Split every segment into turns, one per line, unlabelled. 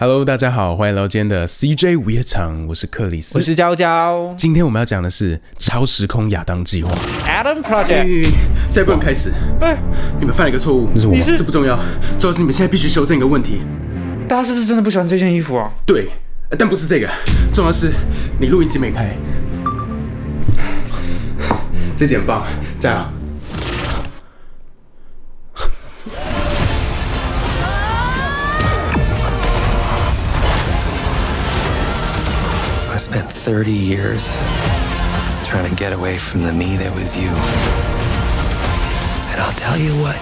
Hello，大家好，欢迎来到今天的 CJ 午夜场，我是克里斯
我。是娇娇
今天我们要讲的是超时空亚当计划。
，Adam Project。
哎现在不能开始。
哎，
你们犯了一个错误，
这是我
你是
这不重要，主要是你们现在必须修正一个问题。
大家是不是真的不喜欢这件衣服啊？
对，呃但不是这个，重要是你录音机没开。这集很棒，加油！
I spent 30 years trying to get away from the me that was you. And I'll tell you what.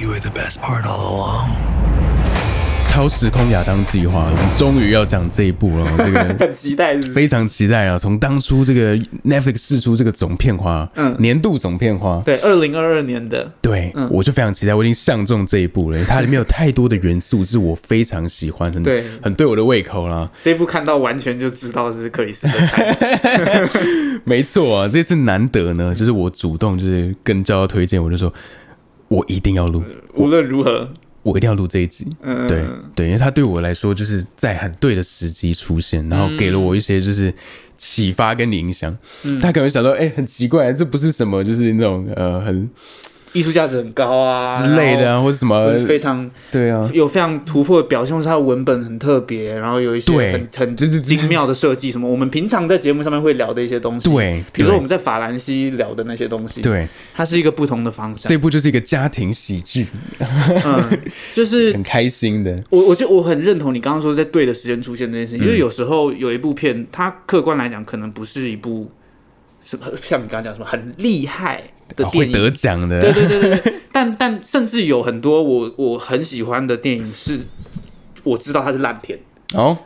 You were the best part all along.
超时空亚当计划，我们终于要讲这一部 了，这个
很期待是不是
非常期待啊！从当初这个 Netflix 试出这个总片花，嗯，年度总片花，
对，二零二二年的，
对，我就非常期待，我已经相中这一部 了。它里面有太多的元素是我非常喜欢，很
对
很对我的胃口 啦。
这一部看到完全就知道是克里斯的菜。
没错啊，这次难得呢，就是我主动就是跟娇娇推荐，我就说我一定要录，
无论如何，
我一定要录这一集。
嗯
对对，因为它对我来说就是在很对的时机出现，然
嗯
后给了我一些就是启发跟影响。
嗯
他可能想说，哎、很奇怪，这不是什么就是那种呃很
艺术价值很高啊
之类的
然
啊，
后
或者什么
或是非常
对啊。
有非常突破的表现，或是它的文本很特别，然后有一些
对
很很精妙的设计，什么我们平常在节目上面会聊的一些东西，
对
比
对
如说我们在法兰西聊的那些东西，，
对，
它是一个不同的方向
这，部就是一个家庭喜剧，
嗯，就 是
很开心的。
我我就我很认同你刚刚说在对的时间出现这件事情，
嗯
因为有时候有一部片，它客观来讲可能不是一部什么像你刚刚讲什么很厉害的
啊会
电影，
得奖的，
对对对对对，但但甚至有很多我我很喜欢的电影是我知道它是烂片，
哦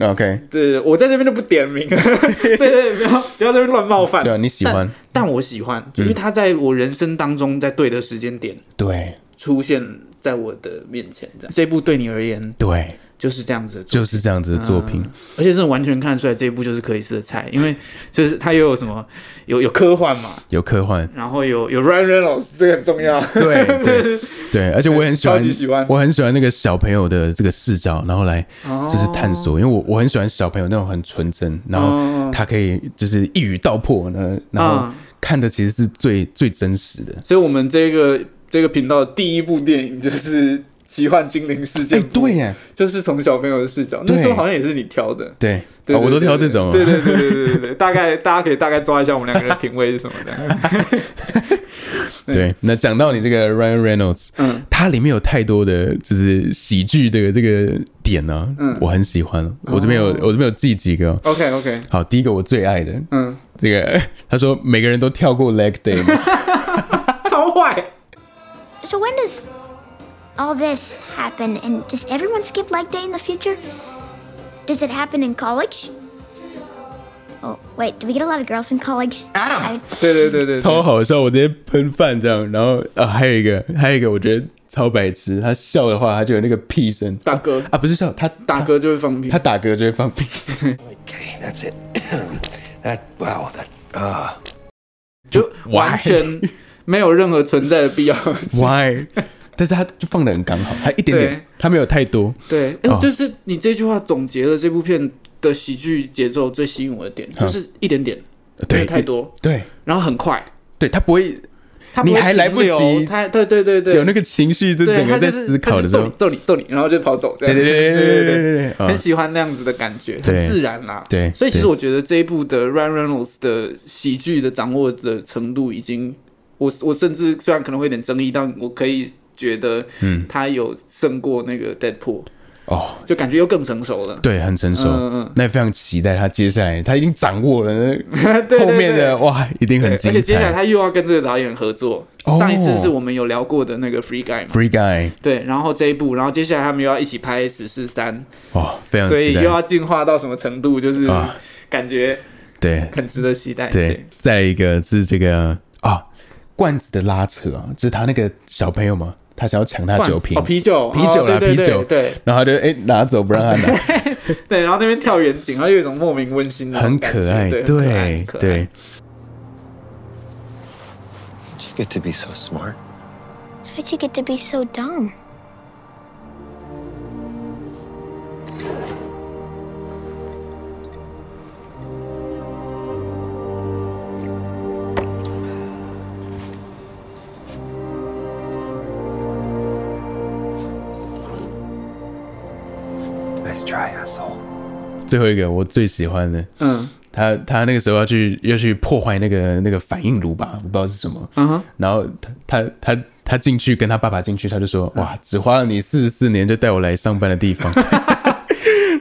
，OK，
对，我在这边就不点名了， 对对，不要不要在这边乱冒犯，
对啊，你喜欢，嗯
但，但我喜欢，因为它在我人生当中在对的时间点
对
出现在我的面前，这样这部对你而言
对，
就是这样子的作品
就是这样子的作品，
而且是完全看得出来这一部就是克里斯的菜，因为 就是他又有什么有有科幻嘛，
有科 幻，
然后有有 Ryan Reynolds 这个很重要，
对对对，而且我很喜欢，
超级喜欢哦
我很喜欢那个小朋友的这个视角，然后来就是探索，因为我我很喜欢小朋友那种很纯真，然后他可以就是一语道破呢，然后
嗯
看的其实是最最真实的。
所以我们这个这个频道的第一部电影就是《奇幻精灵事
哎
件，簿》
对耶，
就是从小朋友的视角，
对
那时候好像也是你挑的。
对，
对
啊我都挑这种，
对对对对对对对，大概大家可以大概抓一下我们两个人的品味是什么的。
对，那讲到你这个 Ryan Reynolds，嗯，它里面有太多的就是喜剧的这个点呢、啊，嗯，我很喜欢。
哦
我这边有、我这边有记几个哦、
OK OK，
好，第一个我最爱的，
嗯，
这个 他说每个人都跳过 leg day 嘛
超坏。
So when does all this happen? And does everyone skip leg day in the future? Does it happen in college? Oh, wait, do we get a lot of girls in college? Adam! I,
对对对对对，
超好笑，我直接喷饭这样。然后啊，还有一个，还有一个，我觉得超白痴，他笑的话，他就有那个屁声，
大哥
啊，不是笑，他
打嗝就会放屁
他。打嗝就会放 屁，
Okay, that's it. that, wow, that, uh.
就完全没有任何存在的必要。
why？但是他就放的很刚好，还一点
对
点，他没有太多，
对，哎、
哦
就是你这句话总结了这部片的喜剧节奏最吸引我的点，就是一点点，没
嗯呃对，
有太多，
对，
然后很快，
对他不会
它不会
你还来不及
停留它对对对对，
有那个情绪，就
对
整个
它
在
就是
思考的时候，
它就是揍你揍你揍你，然后就跑走。对
对对对对对对对啊
很喜欢那样子的感觉，
对
很自然啦。
对
所以其实
对
我觉得这一部的 Ryan Reynolds 的喜剧的掌握的程度已经，我我甚至虽然可能会有点争议，但我可以觉得，嗯，他有胜过那个 Deadpool，
哦，
就感觉又更成熟了。
对，很成熟。
嗯嗯
那也非常期待他接下来，他已经掌握了那
对对
后面的哇，一定
对
很
而
精
且接下来
彩。
他又要跟这个导演合作，
哦
上一次是我们有聊过的那个 Free Guy 嘛，
Free Guy，
对，然后这一部，然后接下来他们又要一起拍《死侍三
哦，非》，常
所以
期
又
待。
要进化到什么程度，就是
啊
感觉
对
很值得期待。
对，再一个是这个啊，罐子的拉扯啊，就是他那个小朋友嘛，他想要抢他
罐子
酒瓶
哦，，啤酒，
啤酒啦，
哦对
啤
对
酒，
对对
然后他就哎拿走不让他拿，
对，然后那边跳远景，然后又有一种莫名温馨的那
很
种感觉，
可爱，
对，很可爱
对
很可爱
对，
Did you get to be so smart?
I How'd you get to be so dumb?
Nice try, asshole.
最后一个我最喜欢的，
嗯，
他他那个时候要去要去破坏那个那个反应炉吧，我不知道是什么。嗯哼。然后他他他他进去跟他爸爸进去，他就说：“
嗯
哇，只花了你四十四年就带我来上班的地 方。”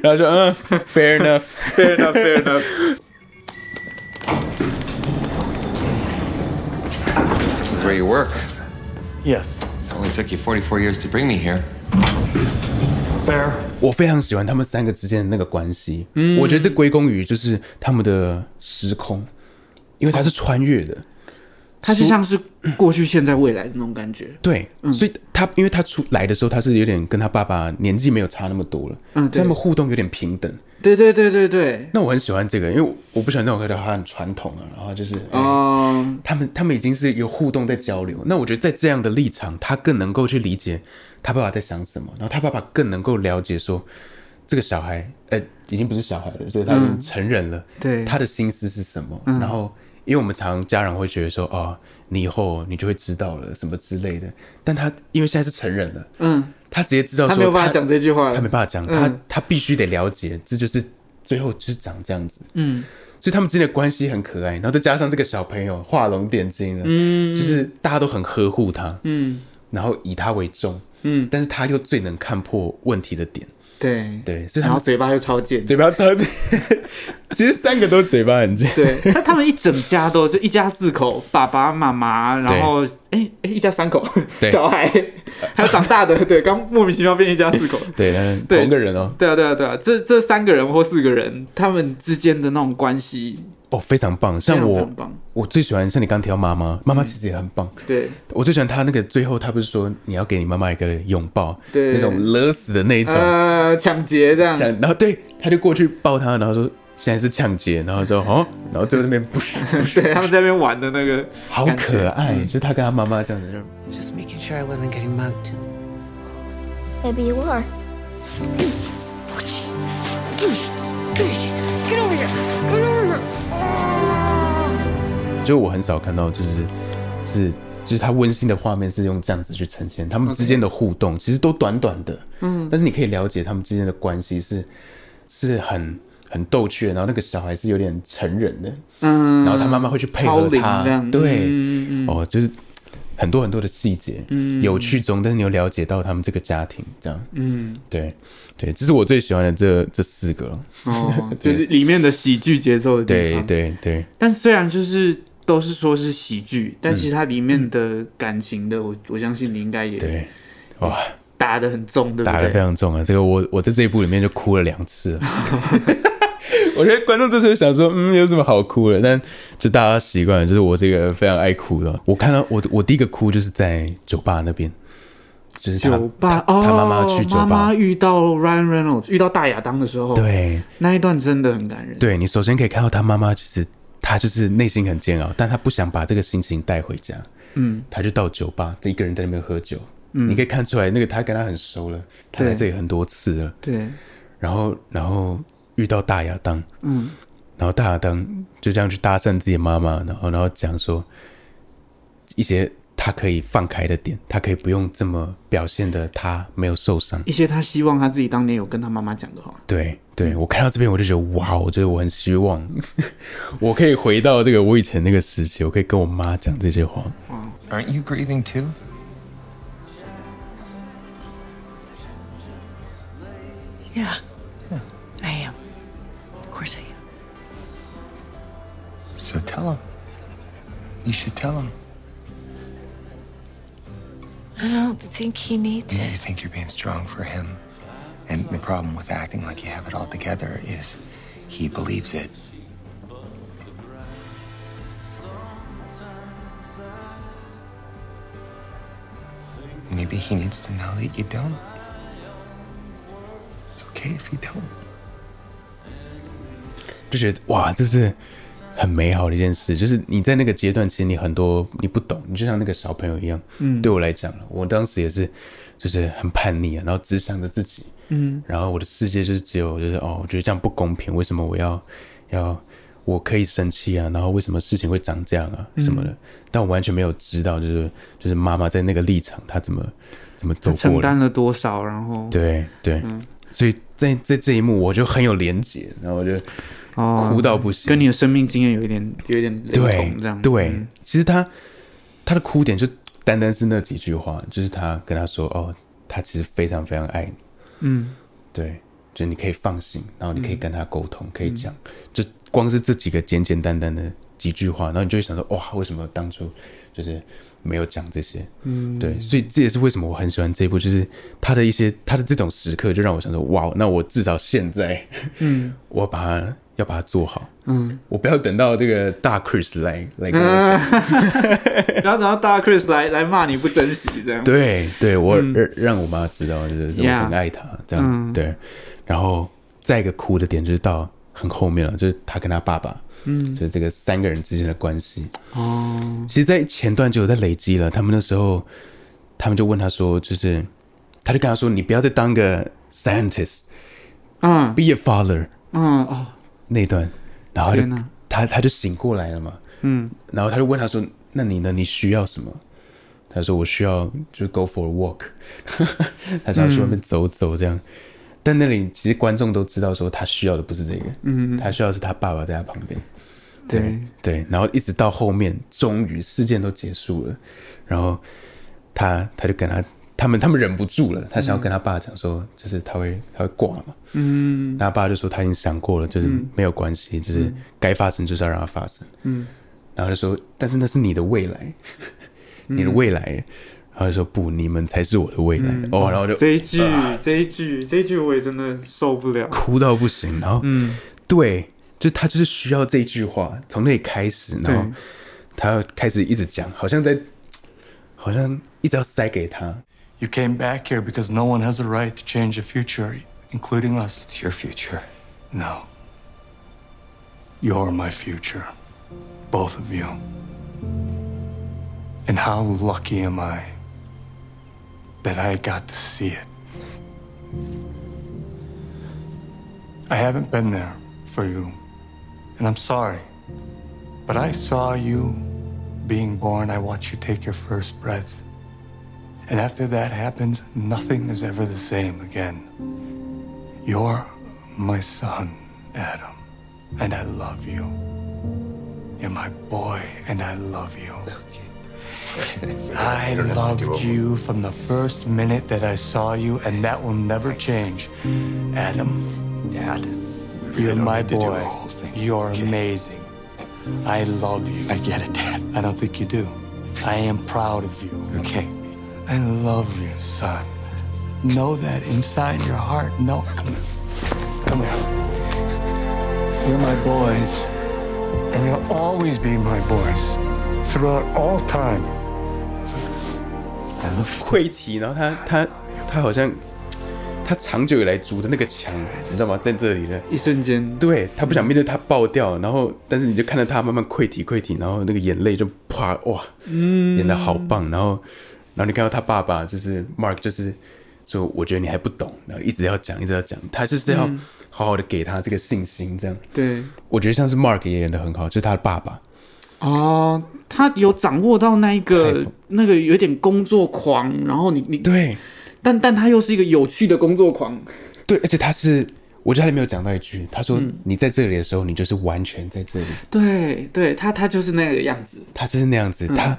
然后说：“嗯，fair enough。
fair enough, fair enough。
This is where you work.
Yes.
It's only took you 44 years to bring me here.
Fair. ”
我非常喜欢他们三个之间的那个关系，
嗯
我觉得这归功于就是他们的时空，因为它是穿越的。
哦它就像是过去、现在、未来的那种感觉。
对，
嗯
所以他因为他出来的时候，他是有点跟他爸爸年纪没有差那么多了，所
嗯
以
对
他们互动有点平等。
对对对对对，
那我很喜欢这个，因为我我不喜欢那种感觉，他很传统啊，然后就是，哎
嗯，
他们他们已经是有互动在交流。那我觉得在这样的立场，他更能够去理解他爸爸在想什么，然后他爸爸更能够了解说这个小孩，呃，已经不是小孩了，所以他已经成人了，
嗯对嗯
他的心思是什么？然后，因为我们常家长会觉得说，哦，你以后你就会知道了什么之类的，但他因为现在是成人了，
嗯，
他直接知道说
他没有办法讲这句话了
他没办法讲，他
嗯
他必须得了解，这就是最后就是长这样子，嗯，所以他们之间的关系很可爱，然后再加上这个小朋友画龙点睛了，嗯，就是大家都很呵护他，嗯，然后以他为重，嗯，但是他又最能看破问题的点，
对，
对，所以
然
他
后
们
嘴巴又超贱。
嘴巴超 级，其实三个都嘴巴很贱，
对，他他们一整家都就一家四口，爸爸妈妈，然后哎哎一家三口
对，
小 孩，还有长大的，对，刚莫名其妙变一家四口。
对，嗯
对
同一个人哦，
对啊对啊对啊，这这三个人或四个人，他们之间的那种关系，
哦，非常棒，
非
像
常
我
棒棒
我最喜欢像你刚提到妈妈，妈妈其实也很棒，
对
我最喜欢他那个最后，他不是说你要给你妈妈一个拥抱，
对
那种勒死的那一种，
呃抢劫这样，
抢然后对，他就过去抱她，然后说现在是抢劫，然后说哦，然后最后那边不是，
对，他们在那边玩的那个，
好可爱，就是他跟他妈妈这样子，就是
Just making sure I wasn't getting mugged.
Maybe you are. Get over here. Get over here.
就我很少看到，就是是就是他温馨的画面是用这样子去呈现他们之间的互动，其实都短短的，嗯，但是你可以了解他们之间的关系是是很很逗趣的，然后那个小孩是有点成人的，
嗯，
然后他妈妈会去配合
超龄
他
这，样
对，
嗯
哦，就是很多很多的细节，有趣中，但是你有了解到他们这个家庭这样，嗯，对对，这是我最喜欢的这这四个了，
哦，就是里面的喜剧节奏的地
对
方。
对对，
但虽然就是都是说是喜剧，但其实它里面的感情的，我我相信你应该也
嗯对，哇，
打得很重，对不
打得非
对？
常重啊！这个我我在这一部里面就哭了两次了。 我觉得观众这时候想说，嗯，有什么好哭的？但就大家习惯了，就是我这个非常爱哭的。我看到我我第一个哭就是在酒吧那边，就是他
酒吧
他
哦，
他妈妈去酒吧，
妈妈遇到 Ryan Reynolds，遇到大亚当的时候，，
对，
那一段真的很感人。
对你首先可以看到他妈妈，其实她就是内心很煎熬，但她不想把这个心情带回家，嗯，她就到酒吧，一个人在那边喝酒，嗯，你可以看出来那个她跟他很熟了，她来
对
这里很多次了，
对，
然后然后遇到大亚当，嗯，然后大亚当就这样去搭讪自己的妈妈，然后然后讲说一些他可以放开的点，他可以不用这么表现的，他没有受伤，
一些他希望他自己当年有跟他妈妈讲的话。
对对，我看到这边我就觉得哇，我觉得我很希望， 我可以回到这个我以前那个时期，我可以跟我妈讲这些话。
Aren't you grieving too?
Yeah. I am. Of course I am.
So tell him. You should tell him.
I don't think he needs
You know,
it.
you think you're being strong for him. And the problem with acting like you have it all together is he believes it. Maybe he needs to know that you don't. It's okay if you don't.
就觉得哇，这是很美好的一件事，就是你在那个阶段，其实你很多你不懂，你就像那个小朋友一样。嗯，对我来讲，我当时也是，就是很叛逆啊，然后只想着自己。嗯，然后我的世界就是只有就是哦，我觉得这样不公平，为什么我要要我可以生气啊？然后为什么事情会长这样啊什么的？但我完全没有知道，就是就是妈妈在那个立场，她怎么怎么走
承
过的。
担了多少，然后
对对，
嗯
所以在在这一幕我就很有连结，然后我就
哦
哭到不行。
跟你的生命经验有一点有一点雷
对
同，这样
对，
嗯
其实他他的哭点就单单是那几句话，就是他跟他说哦，他其实非常非常爱你，
嗯，
对，就是你可以放心，然后你可以跟他沟通，可以讲，就光是这几个简简单单的几句话，然后你就会想说哇，为什么当初就是没有讲这些？嗯，对，所以这也是为什么我很喜欢这一部，就是他的一些他的这种时刻，就让我想说哇，那我至少现在，嗯， 我要把它要把它做好，嗯，我不要等到这个大 Chris 来来跟 我讲。
然后然后大家 Chris 来来骂你不珍惜这样，
对对，我让让我妈知道，就是我
嗯 Yeah
很爱她，这样、
嗯
对。然后再一个哭的点就是到很后面了，就是她跟她爸爸，嗯，就是这个三个人之间的关系。
哦，
其实，在前段就有在累积了，他们那时候，他们就问他说，就是他就跟他说，你不要再当个 scientist，be
嗯
a father
嗯哦，
那一段，然后他
天
就
哪
他他就醒过来了嘛，
嗯，
然后他就问他说，那你呢？你需要什么？他说我需要就是 go for a walk，他想要去外面走走这样。但那里其实观众都知道说他需要的不是这个，嗯，他需要的是他爸爸在他旁边，
对，
对，然后一直到后面，终于事件都结束了，然后他他就跟他他们他们忍不住了，他想要跟他爸讲说，就是他会他会挂嘛，嗯，他爸就说他已经想过了，就是没有关系，就是该发生就是要让它发生，嗯，然后他就说，但是那是你的未来，你的未来，然后他就说不，你们才是我的未来，哦，然后就
这一句这一句这一句我也真的受不了，
哭到不行，然后嗯，对，就他就是需要这句话，从那里开始，然后
对
他要开始一直讲，好像在，好像一直要塞给他，
You came back here because no one has a right to change the future, including us.
It's your future.
No. You're my future. Both of you. And how lucky am I that I got to see it? I haven't been there for you, and I'm sorry. But I saw you being born. I watched you take your first breath. And after that happens, nothing is ever the same again. You're my son, Adam, and I love you. You're my boy, and I love you. I loved you from the first minute that I saw you, and that will never change. Adam,
Dad.
you're
don't
my
need to do
boy.
the whole thing,
You're
okay?
amazing. I love you.
I get it, Dad.
I don't think you do. I am proud of you.
Okay.
I love you, son. Know that inside your heart. No, come here. Come here. You're my boys, and you'll always be my boys throughout all time.
溃堤，然后他他他好像他长久以来筑的那个墙，你知道吗，在这里了。
一瞬间，
对他不想面对他爆掉，然后但是你就看着他慢慢溃体溃体，然后那个眼泪就啪哇，演的好棒，然后然后你看到他爸爸就是 Mark 就是说我觉得你还不懂，然后一直要讲一直要讲，他就是要好好的给他这个信心，这样
对，
我觉得像是 Mark 也演的很好，就是他的爸爸，
哦，他有掌握到那一个
Type
那个有点工作狂，然后你你，
对
但但他又是一个有趣的工作狂，
对，而且他是我觉得他里面有讲到一句，他说你在这里的时候，你就是完全在这里，
对对，他他就是那个样子，
他就是那样
嗯
子，他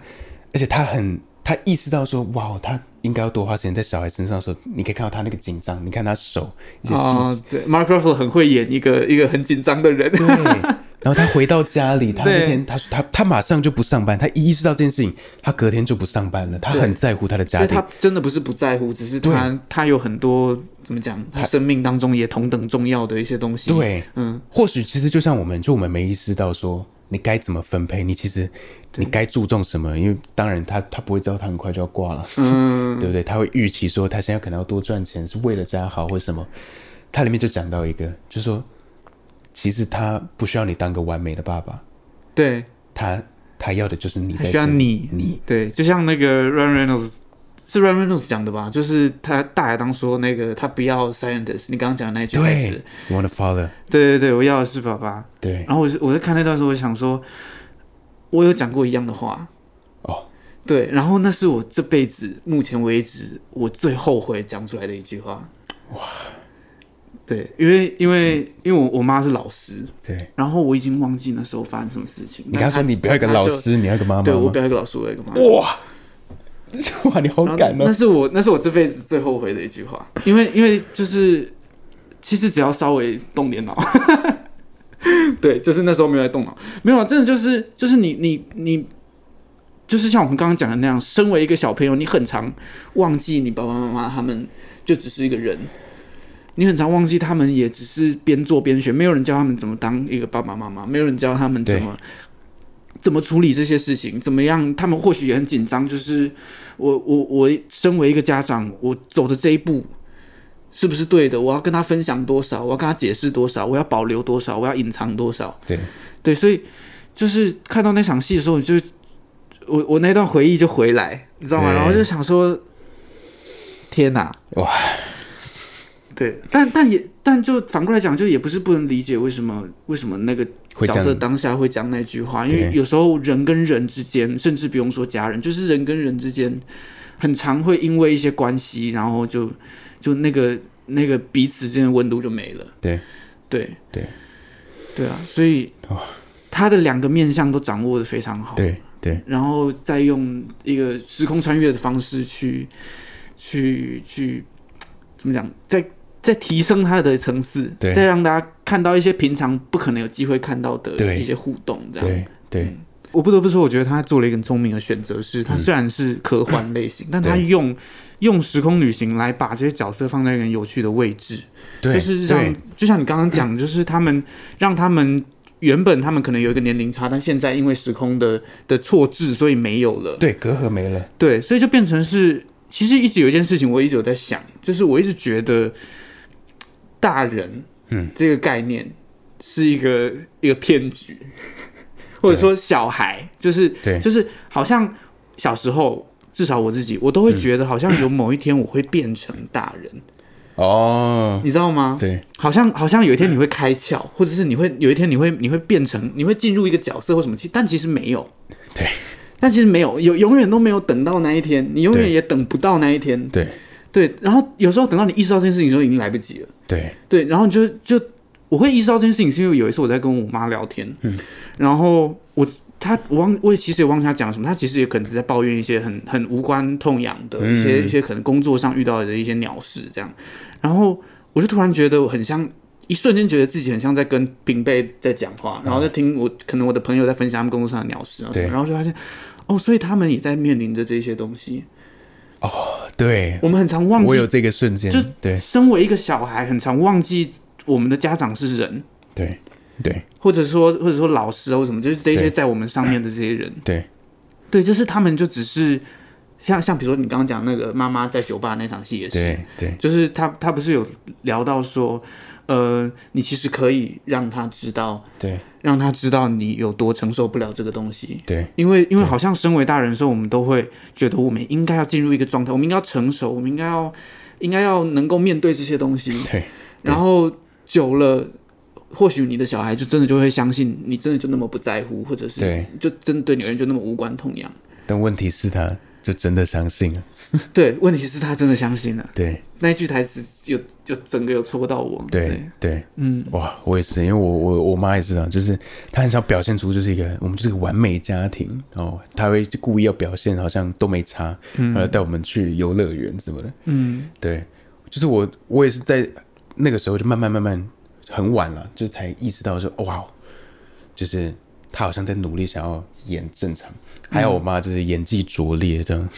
而且他很他意识到说，哇，他应该要多花时间在小孩身上的时候，你可以看到他那个紧张，你看他手一些细
哦
节，，
对，Mark Ruffalo 很会演一个一个很紧张的人，
对。然后他回到家里，他那
对
天他说他他马上就不上班，他一意识到这件事情，他隔天就不上班了，他很在乎他的
所
家
以他
庭，
真的不是不在乎，只是他他有很多怎么讲，他生命当中也同等重要的一些东西。
对，
嗯，
或许其实就像我们，就我们没意识到说你该怎么分配，你其实你该注重什么，因为当然他他不会知道他很快就要挂了，嗯，对不对？他会预期说他现在可能要多赚钱，是为了家好或什么。他里面就讲到一个，就是说其实他不需要你当个完美的爸爸，
对，
他他要的就是你
他
在
需要
这里
你
你
对，就像那个 Ryan Reynolds 是 Ryan Reynolds 讲的吧？就是他大海当说那个他不要 scientist，你刚刚讲的那句台词
对，，You want a father，
对对对，我要的是爸爸。
对
然后我就我在看那段时候，我想说，我有讲过一样的话，
哦，
对，然后那是我这辈子目前为止我最后悔讲出来的一句话。哇，对，因为因为、因为我我妈是老师，
对。
然后我已经忘记那时候发生什么事情。
你跟他说你不要一个
但她
老
就，
师，你要一个妈妈
对我
吗
不？要一个老师，我要一个妈妈。
哇 哇，你好
然后
敢
那
哦！
是我那是我这辈子最后悔的一句话，因为因为就是其实只要稍微动点脑， 对，就是那时候没有在动脑，没有啊，真的就是就是你你你。就是像我们刚刚讲的那样，身为一个小朋友，你很常忘记你爸爸妈妈他们就只是一个人，你很常忘记他们也只是边做边学，没有人教他们怎么当一个爸爸妈妈，没有人教他们怎么怎么处理这些事情，怎么样，他们或许也很紧张，就是我我我身为一个家长，我走的这一步是不是对的？我要跟他分享多少？我要跟他解释多少？我要保留多少？我要隐藏多少？
对，
对，所以就是看到那场戏的时候，你就我我那段回忆就回来，你知道吗？
对
然后就想说，天哪，
哇，
对，但但也但就反过来讲，就也不是不能理解为什么为什么那个
会
角
这样
色当下会讲那句话，因为
对
有时候人跟人之间，甚至不用说家人，就是人跟人之间，很常会因为一些关系，然后就就那个那个彼此之间的温度就没了。
对
对
对
对啊，所以
哦
他的两个面相都掌握的非常好。
对对，
然后再用一个时空穿越的方式去去去怎么讲，再再提升它的层次，
对
再让大家看到一些平常不可能有机会看到的
对
一些互动，这样。
对对
我不得不说，我觉得他做了一个很聪明的选择，是他虽然是科幻类型，但他
嗯对
用用时空旅行来把这些角色放在一个很有趣的位置，
对，
就是让
对
就像你刚刚讲，就是他们让他们原本他们可能有一个年龄差，但现在因为时空的的错置，所以没有了。
对隔阂没了，
对，所以就变成是，其实一直有一件事情，我一直有在想，就是我一直觉得大人，
嗯，
这个概念是一个一个骗局， 或者说小孩，就是
对
就是好像小时候。至少我自己，我都
嗯
会觉得好像有某一天我会变成大人，
哦，
你知道吗？
对
好像好像有一天你会开窍，或者是你会有一天你会你会变成你会进入一个角色或什么，其但其实没有，
对
但其实没有，有永远都没有等到那一天，你永远
对
也等不到那一天。
对
对，然后有时候等到你意识到这件事情的时候，已经来不及了。
对
对，然后你就就我会意识到这件事情，是因为有一次我在跟我妈聊天，嗯，然后我她我忘我也其实也忘记她讲什么，她其实也可能只在抱怨一些很很无关痛痒的一
嗯
些、一些可能工作上遇到的一些鸟事这样，然后我就突然觉得我很像。一瞬间觉得自己很像在跟平辈在讲话，然后在听我、可能我的朋友在分享他们工作上的鸟事啊什
嗯
么，
对
然后就发现，哦，所以他们也在面临着这些东西。
对，
我们很常忘记
我有这个瞬间
就，
对
身为一个小孩，很常忘记我们的家长是人，
对对
或者说或者说老师啊，或什么，就是这些
对
在我们上面的这些人，
对
对，就是他们就只是像像比如说你刚刚讲那个妈妈在酒吧那场戏也是，
对对
就是他他不是有聊到说，呃，你其实可以让他知道，
对
让他知道你有多承受不了这个东西，
对
因为因为好像身为大人的时候，我们都会觉得我们应该要进入一个状态，我们应该要成熟，我们应该要应该要能够面对这些东西。
对
然后久了，或许你的小孩就真的就会相信你真的就那么不在乎，或者是
对
就真的对你而言就那么无关痛痒。
但问题是他就真的相信了，
对，问题是他真的相信了
对
那一句台词有，就整个有戳到我。
对对，嗯，哇，我也是，因为我我我妈也是啊，就是她很想表现出就是一个我们就是一个完美家庭哦，她会故意要表现好像都没差，然后带我们去游乐园什么的，嗯，对，就是我我也是在那个时候就慢慢慢慢很晚了，就才意识到说哇，哦就是她好像在努力想要演正常，还有我妈就是演技拙劣这样，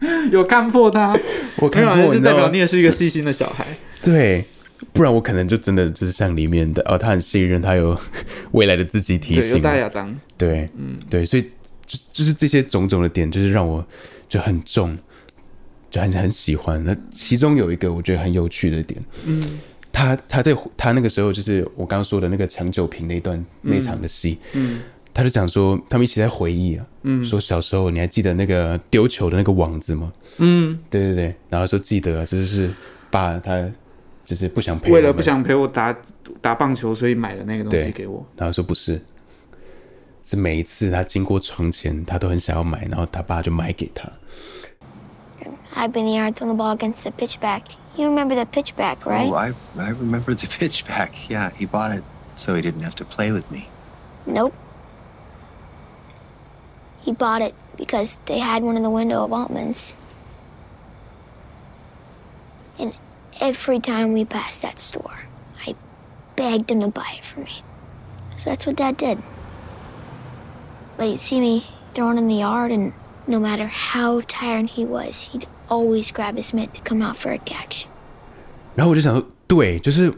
对，有看破他，
我
没
看
有啊，
过，
就是
知道
代表
吗
你也是一个细心的小 孩。
对，不然我可能就真的就是像里面的哦，他很信任，他有 未来的自己提
对，有
醒，
大亚当。
对，嗯，对，所以就就是这些种种的点，就是让我就很重，就很很喜欢。那其中有一个我觉得很有趣的点，嗯，他他在他那个时候就是我刚刚说的那个抢酒瓶那段那场的戏，嗯，他就讲说他们一起在回忆啊，嗯，说小时候你还记得那个丢球的那个网子吗？嗯，对对对，然后说记得啊，就是爸他就是不想陪
为了
我们
不，想陪我打打棒球，所以买了那个东西
对
给我。
然后说不是，是每一次他经过床前，他都很想要买，然后他爸就买给他。
I've been the yards on the ball against the pitchback. You remember the pitchback, right?
Oh, I, I remember the pitchback. Yeah, he bought it so he didn't have to play with me.
Nope. He bought it because they had one in the window of Altman's. And every time we passed that store, I begged him to buy it for me. So that's what Dad did. But he'd see me thrown in the yard, and no matter how tired he was, he'd always grab his mitt to come out for a catch.
然后我就想说，对，就是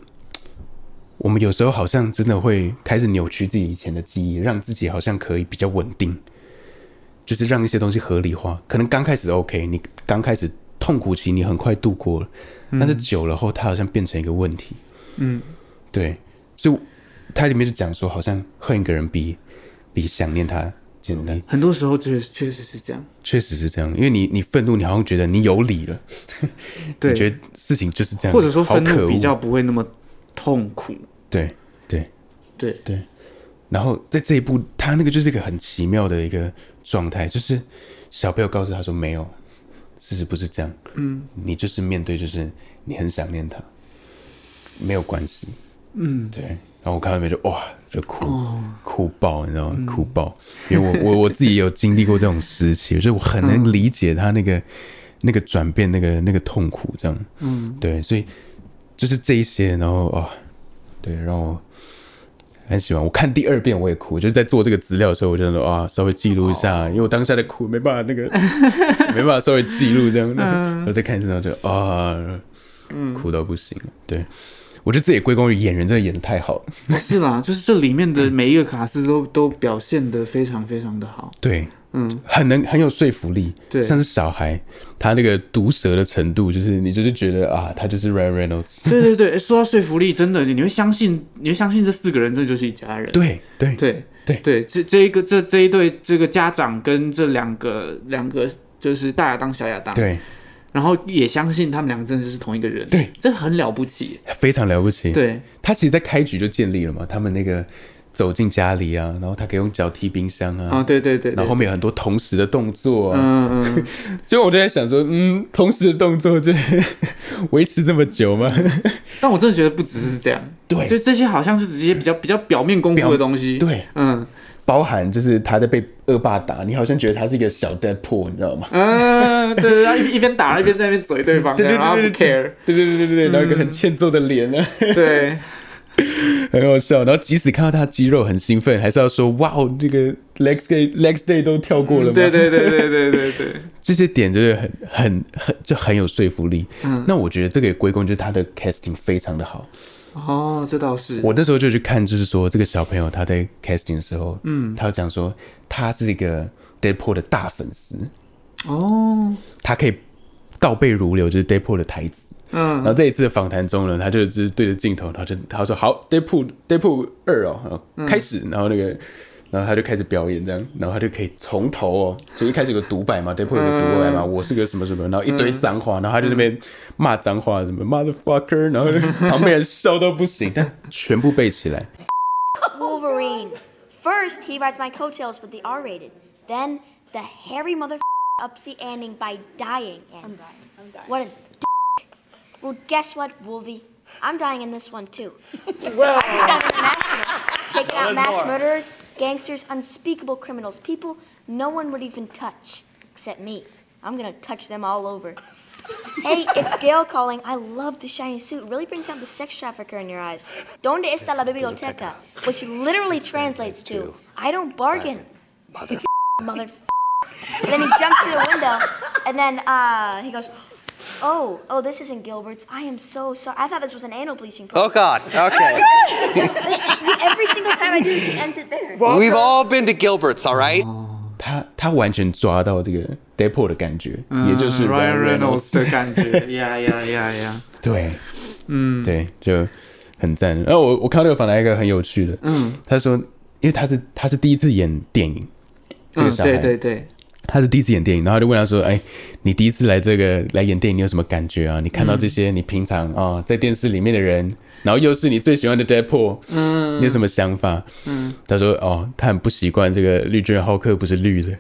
我们有时候好像真的会开始扭曲自己以前的记忆，让自己好像可以比较稳定，就是让一些东西合理化。可能刚开始 OK，你刚开始痛苦期你很快度过了，
嗯
但是久了后，它好像变成一个问题。嗯，对，所以它里面就讲说，好像恨一个人比比想念他简单，
很多时候确实确实是这样，
确实是这样。因为你你愤怒，你好像觉得你有理了，
对，
你觉得事情就是这样，
或者说愤
嗯好可
怒
恶
比较不会那么痛苦。
对对。
对，
然后在这一步，他那个就是一个很奇妙的一个状态，就是小朋友告诉他说没有，事实不是这样，嗯，你就是面对，就是你很想念他，没有关系，嗯，哦对。然后我看到那边就哇，就哭、哭爆，你知道吗？哭爆，因为我我 我自己也有经历过这种时期，所以我很能理解他那个、那个转变，那个那个痛苦，这样，嗯，对，所以就是这一些，然后啊、对，让我很喜欢。我看第二遍我也哭，就是在做这个资料的时候，我就说啊，稍微记录一下，
哦
因为我当下在哭，没办法那 个，没办法稍微记录这样。
嗯
我再看一次，然后就啊，哭到不行。对，我觉得这也归功于演员真的演的太好了。
是啦，就是这里面
嗯
的每一个卡司都都表现得非常非常的好。
对，嗯，很能很有说服力。
对
像是小孩，他那个毒舌的程度，就是你就是觉得啊，他就是 Ryan Reynolds。
对对对，诶说到说服力，真的你会相信，你会相信这四个人真的就是一家人。
对对
对
对
对，这这一个这这一对这个家长跟这两个两个就是大亚当小亚当，，
对，
然后也相信他们两个真的就是同一个人，
对，
这很了不起。
非常了不起。
对，
他其实，在开局就建立了嘛，他们那个走进家里啊，然后他可以用脚踢冰箱啊，
啊，对对对，对
然后后面有很多同时的动作啊，
嗯嗯，
所以我就在想说，嗯，同时的动作这维持这么久 吗？
但我真的觉得不只是这样，
对
就这些好像是直接比较比较表面功夫
表
的东西，
对，
嗯
包含就是他在被恶霸打，你好像觉得他是一个小 Deadpool，你知道吗？
嗯，对对，对，一一边打一边在那边嘴对方，
对对
然后
对
不 care，
对对对对对
嗯
对，然后一个很欠揍的脸啊，
对
很好笑。然后即使看到他肌肉很兴奋，还是要说哇哦，这个 Lex Day Lex Day 都跳过了吗？
嗯对对对对对对对，
这些点就是很很很就很有说服力。那我觉得这个也归功就是他的 casting 非常的好。
哦，这倒是，
我那时候就去看，就是说这个小朋友他在 casting 的时候，嗯，他讲说他是一个 Deadpool 的大粉丝，
哦，
他可以倒背如流，就是 Deadpool 的台词。
嗯
然后这一次的访谈中呢，他就只是对着镜头，然后就他说好 Deadpool Deadpool 二哦，然
嗯
后开始，然后那个。然后他就开始表演这样，然后他就可以从头哦，就一开始有个独白嘛，Deadpool
嗯
有个独白嘛，我是个什么什么，然后一堆脏话，然后他就那边骂脏话，什么 motherfucker，然后旁边人笑到不行，但全部背起来，
Wolverine. First, he rides my coattails with the R rated. Then, the hairy mother ups the ending by dying. And I'm dying. I'm dying. What a dick. Well, guess what, Wolvie? I'm dying in this one, too. I just got international. Taking out mass murderers, gangsters, unspeakable criminals, people no one would even touch, except me. I'm gonna touch them all over. Hey, it's Gail calling. I love the shiny suit. Really brings out the sex trafficker in your eyes. Donde está la biblioteca? Which literally translates to, I don't bargain. Mother. Mother. And then he jumps through the window, and then uh, he goes, Oh, oh, this isn't Gilbert's. I am so sorry. I thought this was an anal bleaching.
Oh, God. Okay.
Every single time I do this, he ends it there.
We've all been to Gilbert's, all right?
他他完全抓到这个 Deadpool 的感觉，也就是
嗯 Ryan
Ryan Reynolds
Reynolds 的感觉，呀呀呀呀，
对，嗯，对，就很赞。然后我我看到那个访谈一个很有趣的，嗯，他说，因为他是他是第一次演电影，这个
嗯，
小孩，
对对对，
他是第一次演电影，然后就问他说：“哎，你第一次来这个来演电影，你有什么感觉啊？你看
嗯
到这些你平常啊、哦在电视里面的人，然后又是你最喜欢的 Deadpool，嗯，你有什么想法？”嗯，他说：“哦，他很不习惯这个绿巨人浩克不是绿 的，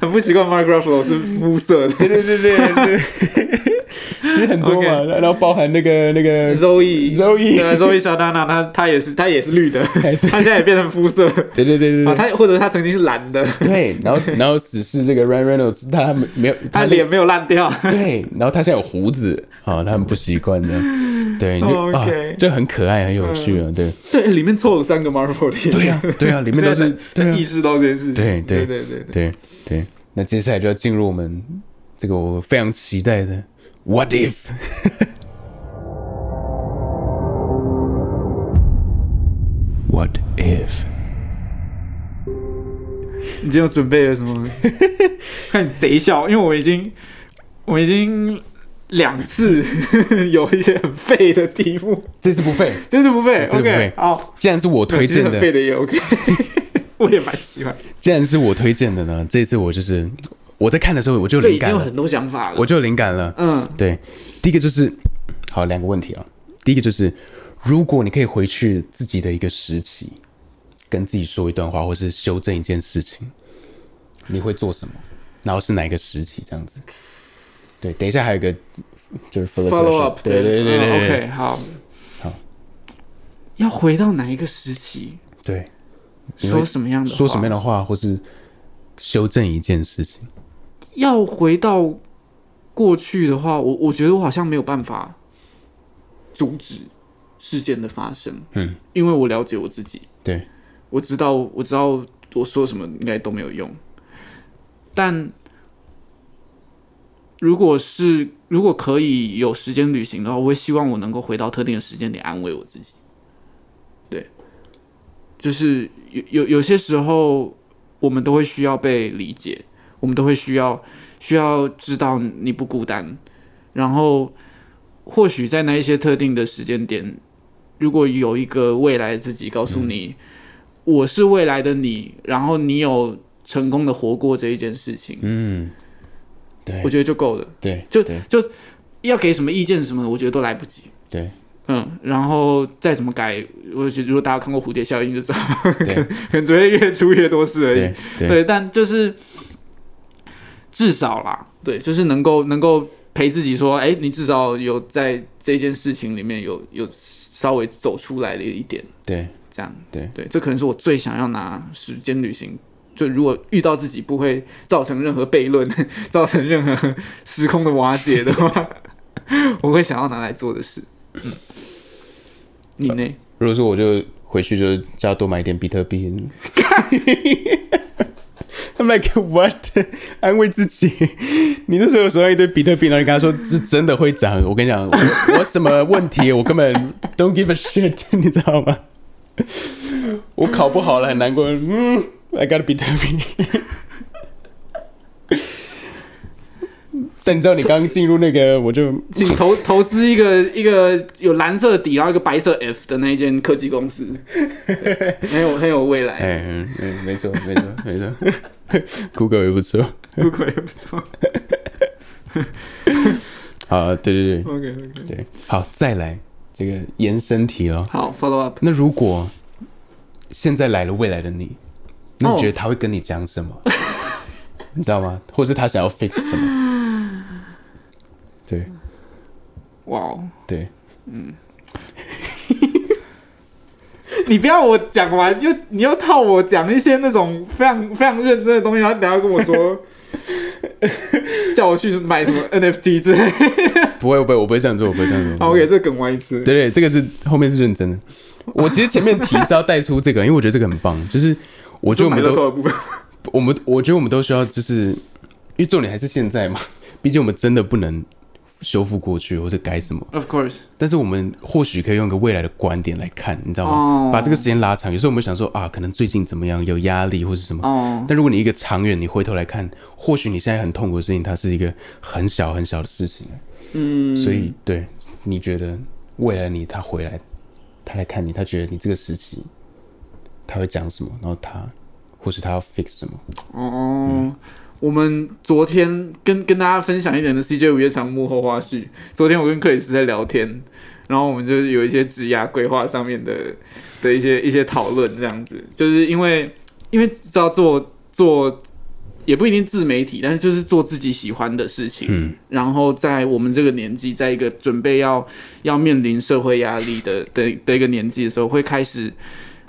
很不习惯 Mark Ruffalo 是肤色的，对对对对对
其实很多嘛
OK
然后包含那个那个
，Zoe
Zoe
对 Zoe 沙丹娜，她她也是她也是绿的，她
是
现在也变成肤色
对对对对对
啊，她或者她曾经是蓝的，
对，然后然后只是这个 Ryan Reynolds 他没有
她脸没有烂掉，
对，然后他现在有胡子啊、哦他很不习惯的，对，你就、
哦 OK 嗯
啊就很可爱很有趣啊，对。”
对，里面凑了三个 Marvel 的，
对啊，对啊，里面都是
现
对
在才
啊
意，识到这件事情，
对
对
对
对对对，
对对。那接下来就要进入我们这个我非常期待的 What If？
What if？
你今天有准备了什么？ 看你贼笑，因为我已经我已经两次 有一些很废的题目，
这次不废，
真是不废
哎这次不
，OK，
废
好，
既然是我推
其实
荐
很废
的，
的也 OK，我也蛮喜欢，
既然是我推荐的呢，这次我就是我在看的时候我就有
这已
灵
经
感
有
了
很，多想法了，
我就有灵感了。
嗯
对，第一个就是好两个问题啊，第一个就是如果你可以回去自己的一个时期，跟自己说一段话，或是修正一件事情，你会做什么？然后是哪一个时期？这样子。对，等一下还有一个就是 follow
follow up，嗯
对对对对对
o k 好，
好，
要回到哪一个时期，
对，你会
说什么样的，
说什么样，的话，或是修正一件事情。
要回到过去的话，我我觉得我好像没有办法阻止事件的发生，
嗯，
因为我了解我自己，
对，
我知道我知道我说什么应该都没有用，但如果是如果可以有时间旅行的话，我会希望我能够回到特定的时间点安慰我自己。对，就是有有有些时候我们都会需要被理解，我们都会需要需要知道你不孤单，然后或许在那一些特定的时间点，如果有一个未来的自己告诉你。我是未来的你，然后你有成功的活过这一件事情，
嗯，对，
我觉得就够了。
对，
就
对
就要给什么意见什么的，我觉得都来不及。
对
嗯，然后再怎么改，我觉得如果大家看过《蝴蝶效应》就知道，
对
可能只会越出越多事而已。
对对
对，但就是至少啦，对，就是能够能够陪自己说，哎，你至少有在这件事情里面有有稍微走出来了一点，
对
这样，
对
对，这可能是我最想要拿时间旅行。就如果遇到自己不会造成任何悖论、 造成任何时空的瓦解的话， 我会想要拿来做的事。嗯，你呢？
如果说我就回去就叫他多买一点比特币。I'm like what？安慰自己。你那时候有手上一堆比特币，然后你跟他说是真的会涨。我跟你讲，我我什么问题，我根本 don't give a shit，你知道吗？我考不好了，很难过。嗯，I got a 比特币。但你知道，你刚进入那个，我就
请投投资一个一个有蓝色底，然后一个白色 F 的那一间科技 公司，对很有很有未来。
哎，嗯嗯，没错，没错，没错。Google 也不错。
不亏不错。
好，对对对
OK OK。
对，好，再来这个延伸题哦。
好，follow up。
那如果现在来了未来的你，那
哦
你觉得他会跟你讲什么？你知道吗？或是他想要 fix 什么？对
哇哦，
对，
你不要我讲完又你又套我讲一些那种非常非常认真的东西，然后你等下跟我 说，叫我去买什么 NFT 之类。
不会不会，我不会这样做，我不会这样 做。
哦好，OK，这个梗玩一次。
对对，这个是后面是认真的。我其实前面提是要带出这个，因为我觉得这个很棒，就是我觉得我
就买
们
乐
都
透的部分。
我 们我觉得我们都需要，就是因为重点还是现在嘛，毕竟我们真的不能修复过去或者改什么。
Of course，
但是我们或许可以用一个未来的观点来看，你知道吗
哦
把这个时间拉长，有时候我们想说啊，可能最近怎么样，有压力或是什么。
哦
但如果你一个长远，你回头来看，或许你现在很痛苦的事情，它是一个很小很小的事情。嗯，所以对，你觉得未来你他回来，他来看你，他觉得你这个时期他会讲什么，然后他或是他要 fix 什么？
哦、我们昨天跟跟大家分享一点的 CJ 午夜场幕后花絮。昨天我跟克里斯在聊天，然后我们就是有一些职涯规划上面的的一些一些讨论，这样子，就是因为因为知道做做也不一定自媒体，但是就是做自己喜欢的事情。
嗯，
然后在我们这个年纪，在一个准备要要面临社会压力的的的一个年纪的时候，会开始